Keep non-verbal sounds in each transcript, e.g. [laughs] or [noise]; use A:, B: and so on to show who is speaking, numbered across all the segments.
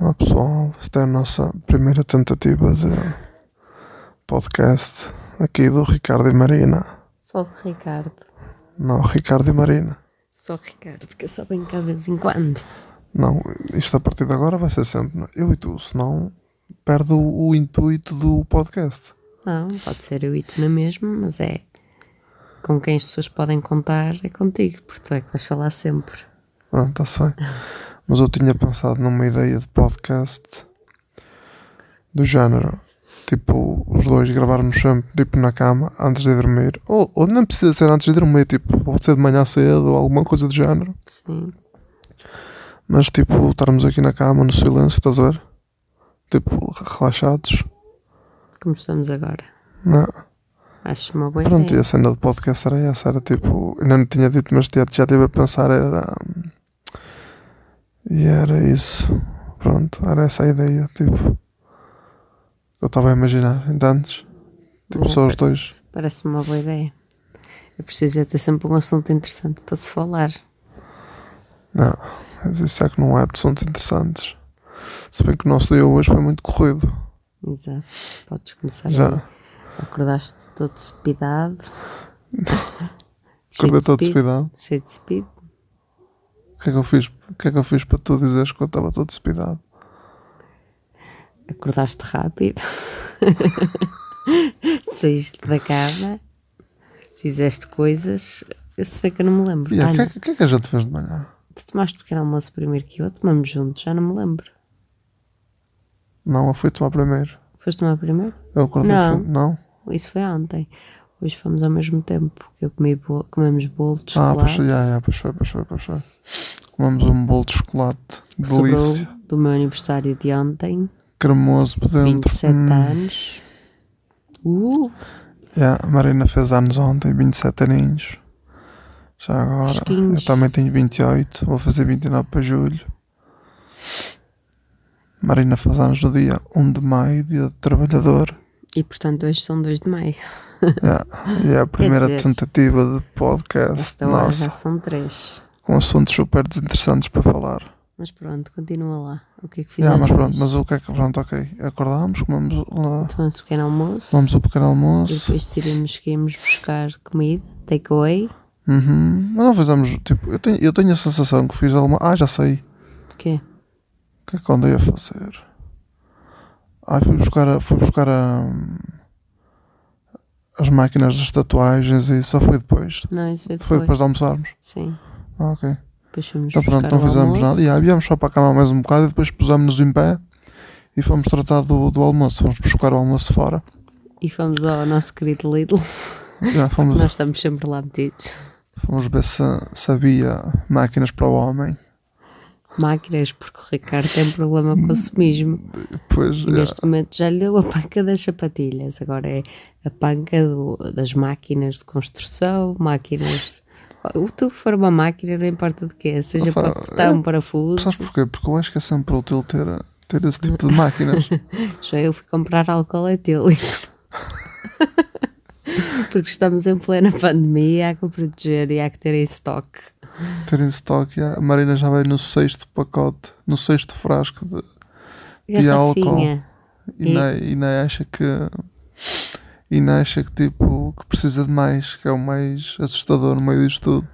A: Olá pessoal, esta é a nossa primeira tentativa de podcast aqui do Ricardo e Marina.
B: Só de Ricardo.
A: Não, Ricardo e Marina.
B: Só Ricardo, que eu só venho cá de vez em quando.
A: Não, isto a partir de agora vai ser sempre é? eu e tu, senão perde o, o intuito do podcast.
B: Não, pode ser eu e tu na mesma, mas é com quem as pessoas podem contar é contigo, porque tu é que vais falar sempre.
A: Não, está-se Ah, bem. Mas eu tinha pensado numa ideia de podcast do género. Tipo, os dois gravarmos sempre, tipo, na cama, antes de dormir. Ou, ou nem precisa ser antes de dormir, tipo, pode ser de manhã cedo ou alguma coisa do género.
B: Sim.
A: Mas, tipo, estarmos aqui na cama, no silêncio, estás a ver? Tipo, relaxados.
B: Como estamos agora.
A: Não.
B: Acho uma boa
A: Pronto, e
B: ideia.
A: a cena de podcast era essa, era tipo, ainda não tinha dito, mas já, já estive a pensar, era. hum, E era isso. Pronto, era essa a ideia, tipo. Eu estava a imaginar, entendes? Tipo, só os dois.
B: Parece uma boa ideia. Eu preciso é ter sempre um assunto interessante para se falar.
A: Não, mas isso é que não é de sons interessantes. Se bem que o nosso dia hoje foi muito corrido.
B: Exato. Podes começar
A: Já.
B: aí. Acordaste todo despidado. Cheio de
A: [laughs] Acordei todo
B: speed.
A: despidado.
B: Cheio de speed.
A: O que é que eu fiz? O que é que eu fiz para tu dizeres que eu estava todo despidado?
B: Acordaste rápido. [laughs] Saíste da cama. Fizeste coisas. Eu se bem que eu não me lembro.
A: E é, o
B: Ah,
A: que, é,
B: não.
A: que- o que é que a gente fez de manhã?
B: Tu tomaste pequeno almoço primeiro que eu, tomamos juntos, já não me lembro.
A: Não, eu fui tomar primeiro.
B: Foste tomar primeiro?
A: Eu acordei.
B: Não.
A: fui- não?
B: Isso foi ontem. Hoje fomos ao mesmo tempo, que eu comi bolo, comemos bolo de
A: Ah, pois
B: chocolate
A: foi, já, já, pois foi, pois foi, pois foi. Comemos um bolo de chocolate
B: que sobrou
A: delícia,
B: do meu aniversário de ontem,
A: cremoso por dentro.
B: 27
A: Hum.
B: anos. Uh,
A: Já, a Marina fez anos ontem, 27 aninhos. Já agora,
B: Fresquinhos.
A: eu também tenho 28, vou fazer 29 para julho. Marina faz anos no dia 1 de maio, dia do trabalhador.
B: e portanto hoje são 2 de maio.
A: Já, e é a primeira
B: dizer, então é, né?
A: tentativa de podcast,
B: Esta hora já
A: nossa,
B: são 3.
A: com assuntos super desinteressantes para falar.
B: Mas pronto, continua lá. O que é que
A: Já,
B: fizemos?
A: mas pronto, mas o que é que, pronto, ok. Acordámos, comemos lá.
B: Tomamos um pequeno almoço
A: Vamos ao pequeno
B: e
A: almoço.
B: depois decidimos que íamos buscar comida, takeaway.
A: Uhum. Mas não fizemos. Tipo, eu tenho, eu tenho a sensação que fiz alguma. Ah, já sei.
B: O quê?
A: O que é que eu andei a fazer? Ah, fui buscar, a- fui buscar a, as máquinas das tatuagens e só foi depois.
B: Não, isso
A: Foi
B: foi depois.
A: depois de almoçarmos.
B: Sim,
A: Ah, ok.
B: depois fomos
A: Então
B: buscar
A: pronto, não
B: o
A: fizemos
B: almoço.
A: nada. E aí viemos só para a cama mais um bocado e depois pusemos-nos em pé e fomos tratar do, do almoço. Fomos buscar o almoço fora.
B: E fomos ao nosso
A: [laughs]
B: querido Lidl.
A: Já fomos,
B: Nós estamos sempre lá metidos.
A: fomos ver se, se havia máquinas para o homem.
B: Máquinas, porque o Ricardo tem problema com o consumismo.
A: Depois,
B: E neste momento já lhe deu a panca das sapatilhas. Agora é a panca do- das máquinas de construção, máquinas. O tudo que for uma máquina, não importa de quê, seja
A: Opa, é,
B: para apertar um parafuso.
A: Sabes porquê? Porque eu acho que é sempre útil ter, ter esse tipo
B: [laughs]
A: de máquinas.
B: Já eu fui comprar álcool etílico.
A: [laughs]
B: Porque estamos em plena pandemia, há que o proteger e há que ter em estoque.
A: ter em estoque. A Marina já vai no sexto pacote, no sexto frasco de- E álcool.
B: Garrafinha.
A: e,
B: E?
A: nem- e nem acha que. E nem acha que tipo que precisa de mais, que é o mais assustador no meio disto tudo.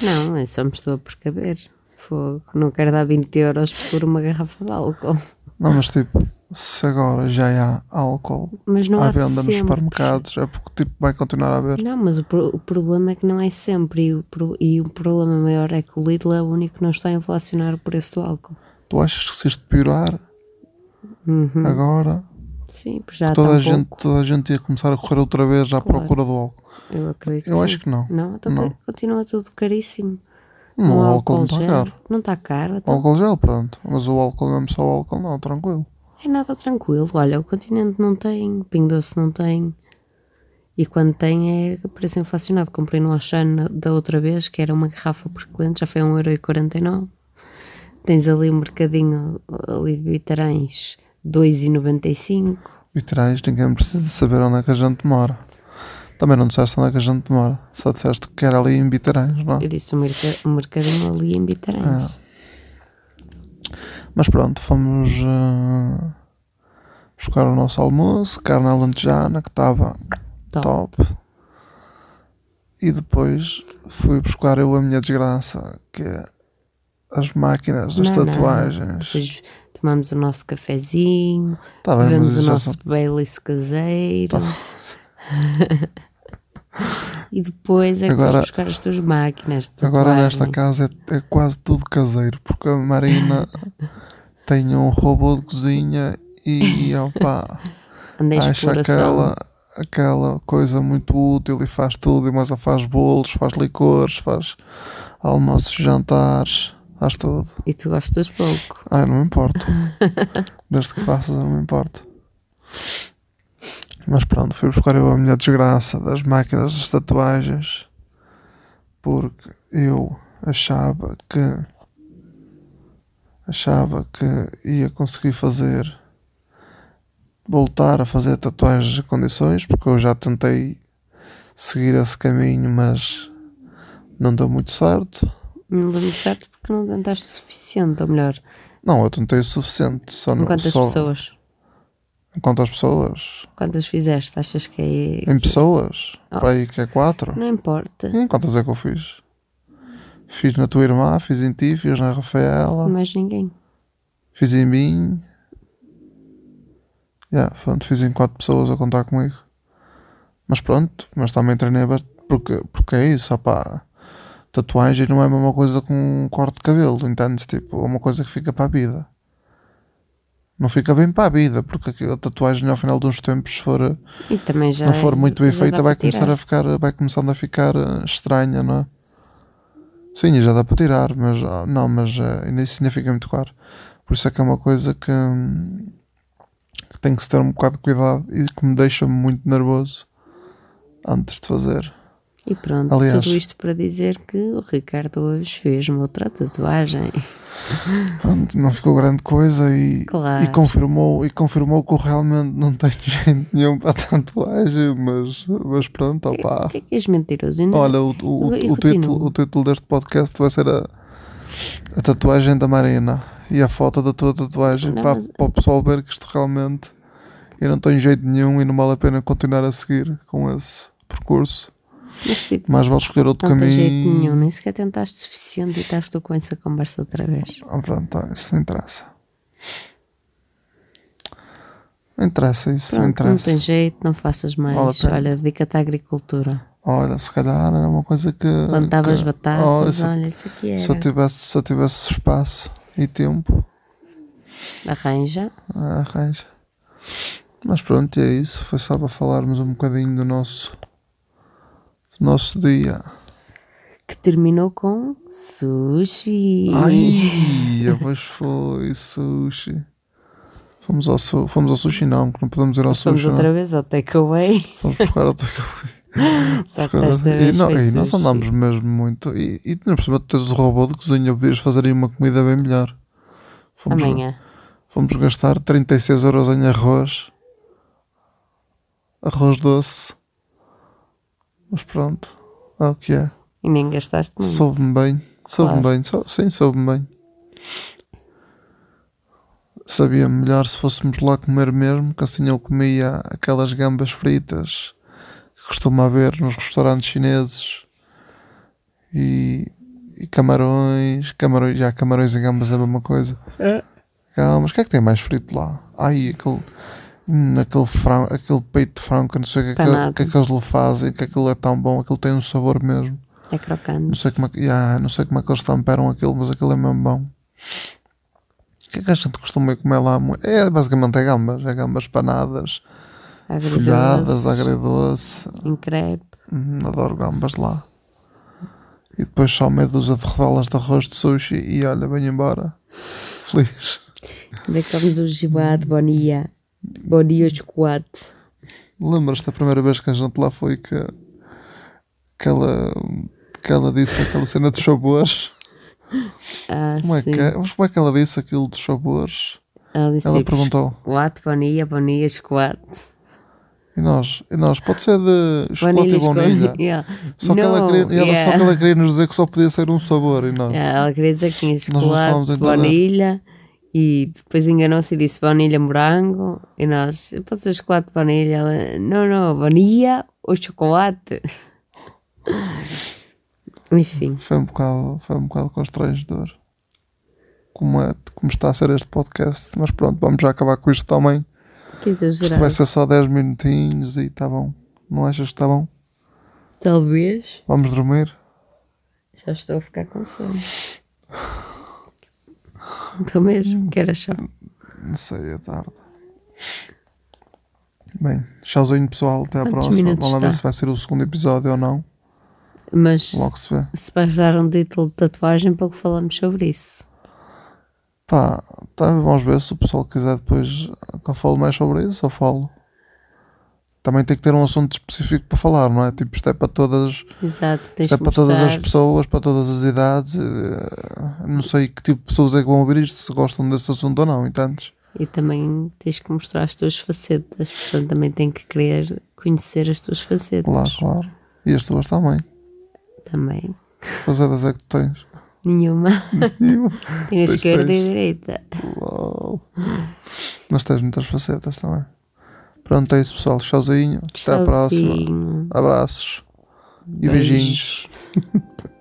B: Não, eu só me estou a percaber. Fogo. Não quero dar 20 euros por uma garrafa de álcool.
A: Não, mas tipo, se agora já há álcool
B: Mas não
A: à
B: há
A: venda nos
B: sempre.
A: supermercados, é porque tipo vai continuar a haver.
B: Não, mas o, pro- o problema é que não é sempre. E o, pro- e o problema maior é que o Lidl é o único que não está a inflacionar o preço do álcool.
A: Tu achas que se isto piorar agora,
B: Sim, pois Uhum. já há
A: toda
B: tão
A: a, gente,
B: pouco.
A: toda a gente ia começar a correr outra vez à procura do álcool?
B: Eu acredito
A: Eu
B: que
A: acho
B: sim.
A: que não.
B: Não, então
A: Não.
B: co- continua tudo caríssimo.
A: Não,
B: Um
A: o álcool não está
B: gel.
A: caro.
B: Não está caro,
A: O
B: então
A: álcool gel, pronto. Mas o álcool mesmo, só o álcool não, tranquilo.
B: é nada tranquilo. Olha, o continente não tem, o Pingo Doce não tem. E quando tem é preço inflacionado. Comprei no Auchan da outra vez, que era uma garrafa por cliente, já foi 1,49€. Tens ali um mercadinho ali de Bitarães, 2,95€.
A: Vitrais, ninguém precisa de saber onde é que a gente mora. Também não disseste onde é que a gente mora. Só disseste que era ali em Bitaranhos, não é?
B: Eu disse um, merca- um mercadinho ali em Bitarães.
A: Mas pronto, fomos eh, buscar o nosso almoço, carne à lentejana, que estava
B: Top.
A: top. E depois fui buscar eu a minha desgraça, que é as máquinas das
B: Não, não.
A: tatuagens.
B: Depois tomamos o nosso cafezinho,
A: Está bem, Ah, mas
B: bebemos o
A: isso já
B: nosso
A: são...
B: Baileys caseiro. [laughs] e depois é que
A: Agora-
B: vais buscar as tuas máquinas. de
A: Agora
B: tatuagem.
A: nesta casa é, é quase tudo caseiro, porque a
B: [laughs]
A: Marina tem um robô de cozinha
B: [laughs]
A: e opa,
B: Anda em
A: acha
B: exploração.
A: aquela, aquela coisa muito útil e faz tudo, e mas ela faz bolos, faz licores, faz almoços, jantares, faz tudo.
B: E tu gostas pouco.
A: Ai, Ah, não me importo. Desde que faças, eu não me importo. Mas pronto, fui buscar eu a minha desgraça das máquinas das tatuagens porque eu achava que achava que ia conseguir fazer voltar a fazer tatuagens em condições porque eu já tentei seguir esse caminho mas não deu muito certo
B: Não deu muito certo porque não tentaste o suficiente, ou melhor,
A: não, eu tentei o suficiente só
B: com
A: não
B: quantas
A: só,
B: pessoas?
A: Quantas pessoas?
B: Quantas fizeste? Achas que é.
A: Em pessoas? Para aí que é quatro?
B: Não importa.
A: E em quantas é que eu fiz? Fiz na tua irmã, fiz em ti, fiz na Rafaela,
B: Mais ninguém.
A: fiz em mim. Yeah, pronto, fiz em quatro pessoas a contar comigo. Mas pronto, mas também treinei bastante. Porque, porque é isso, opá. Tatuagem não é a mesma coisa com um corte de cabelo, entendes? Tipo, é uma coisa que fica para a vida. Não fica bem para a vida, porque aquilo- a tatuagem ao final de uns tempos, se for.
B: E também
A: se
B: já.
A: não for muito bem
B: já
A: feita
B: dá
A: vai
B: para
A: começar a
B: tirar.
A: ficar vai começando a ficar eh, estranha não é? sim e já dá para tirar mas ah, não mas eh, ainda isso ainda fica muito claro por isso é que é uma coisa que, hum, que tem que se ter um bocado de cuidado e que me deixa muito nervoso antes de fazer
B: E pronto,
A: Aliás-
B: tudo isto para dizer que o Ricardo hoje fez uma outra tatuagem.
A: Pronto, não ficou grande coisa e,
B: Claro.
A: e confirmou e confirmou que eu realmente não tenho [laughs] gente nenhum para a tatuagem mas mas pronto opá.
B: O que é que és mentiroso? Ainda
A: Ah. Olha, o, o,
B: E
A: o, título,
B: continua.
A: o título deste podcast vai ser a, a tatuagem da Marina e a foto da tua tatuagem
B: Não,
A: para,
B: mas-
A: para o pessoal ver que isto realmente eu não tenho jeito nenhum e não vale a pena continuar a seguir com esse percurso.
B: Mas tipo,
A: Mais vale escolher outro
B: não tem
A: caminho.
B: jeito nenhum, nem sequer tentaste o suficiente e estás tu com essa conversa outra vez.
A: Ah, pronto, tá, isso não interessa. Não interessa, isso não
B: Pronto, não
A: interessa.
B: tem jeito, não faças mais.
A: Vale a pena.
B: Olha, dedica-te à agricultura.
A: Olha, se calhar era uma coisa que.
B: Plantavas
A: Ah, que- Oh,
B: batatas,
A: se-
B: olha, isso aqui
A: se, eu
B: era.
A: tivesse, se eu tivesse espaço e tempo,
B: Arranja.
A: Ah, arranja. Mas pronto, é isso. Foi só para falarmos um bocadinho do nosso, do nosso dia.
B: Que terminou com sushi.
A: Ai, [laughs] depois foi sushi. Fomos ao, su- fomos ao sushi, não, que não podemos ir ao
B: Fomos
A: sushi. não.
B: outra vez
A: [laughs]
B: ao takeaway.
A: Fomos buscar
B: [laughs]
A: outro.
B: Só que
A: buscar outro-
B: desta
A: E,
B: vez.
A: não,
B: foi
A: e nós
B: sushi.
A: andámos mesmo muito. E, e por cima, tu tens o robô de cozinha, podias fazer aí uma comida bem melhor. Fomos,
B: Amanhã.
A: fomos gastar 36 euros em arroz. Arroz doce. Mas pronto. É o que é.
B: E nem gastaste muito.
A: Soube-me bem. Soube-me bem. Sou, sim, soube-me bem. Sabia melhor se fôssemos lá comer mesmo, que assim eu comia aquelas gambas fritas que costuma haver nos restaurantes chineses. E, e camarões, camarões, já camarões e gambas é a mesma coisa. Gambas, o que é que tem mais frito lá? Ai, aquele, hum, aquele, fran- aquele peito de frango, que eu não sei o que, é que,
B: Panado.
A: o que é que eles lhe fazem, que aquilo é tão bom, aquilo tem um sabor mesmo.
B: É crocante.
A: Não sei como é que, yeah, não sei como é que eles tamperam aquilo, mas aquilo é mesmo bom. O que é que a gente costuma comer lá? mu- É basicamente é gambas, é gambas panadas, folhadas,
B: Agridoce.
A: agridoce.
B: Em crepe.
A: Hum, adoro gambas lá. E depois só meia dúzia de rodelas de arroz de sushi e olha, venho embora. Feliz.
B: Deixamos o gibado, bonia. Bonia chocolate.
A: Lembras-te da primeira vez que a gente lá foi que, que, ela, que ela disse aquela cena dos sabores?
B: Ah,
A: Como é,
B: sim.
A: que, é? mas como é que ela disse aquilo dos sabores?
B: Ela, disse,
A: Ela perguntou.
B: Chocolate, bonia, bonia, chocolate.
A: E nós, e nós, pode ser de chocolate
B: Vanilla
A: e
B: [laughs]
A: baunilha.
B: Yeah.
A: Só, que ela
B: No,
A: queria, e ela- só
B: yeah.
A: que ela queria nos dizer que só podia ser um sabor e nós.
B: Yeah, ela queria dizer que tinha
A: não falamos
B: chocolate,
A: em toda-
B: baunilha E depois enganou-se e disse baunilha morango. E nós, pode ser chocolate de baunilha? Ela, não, não, baunilha ou chocolate? [laughs] Enfim,
A: Foi um bocado, foi um bocado constrangedor. Como, é, como está a ser este podcast. Mas pronto, vamos já acabar com isto também.
B: que
A: Isto vai
B: exagerado.
A: ser só 10 minutinhos e está bom. Não achas que está bom?
B: Talvez.
A: Vamos dormir?
B: Já estou a ficar com sono. Estou mesmo, quero achar.
A: Não sei, é tarde. Bem, tchauzinho pessoal, até à
B: Quantos
A: próxima.
B: minutos
A: Vamos lá ver
B: está?
A: se vai ser o segundo episódio ou não.
B: Mas se-
A: Logo se vê.
B: se vais dar um título de tatuagem, pouco falamos sobre isso.
A: Pá, tá, vamos ver se o pessoal quiser depois que eu falo mais sobre isso, eu falo. Também tem que ter um assunto específico para falar, não é? Tipo, isto é para todas,
B: Exato, tens
A: isto é
B: de
A: para todas as
B: mostrar.
A: pessoas, para todas as idades. eh, Não sei que tipo de pessoas é que vão ouvir isto, se gostam desse assunto ou não, entendes?
B: E também tens que mostrar as tuas facetas. Portanto, também tem que querer conhecer as tuas facetas.
A: Claro, claro. E as tuas também.
B: Também.
A: Que facetas é que tu tens? [laughs]
B: Nenhuma. Tenho a
A: Pois
B: esquerda e
A: tens.
B: a direita.
A: Uau. Mas tens muitas facetas também. Pronto, é isso pessoal. Tchauzinho. Até à próxima.
B: Tchauzinho.
A: Abraços. E beijinhos.
B: Beijo.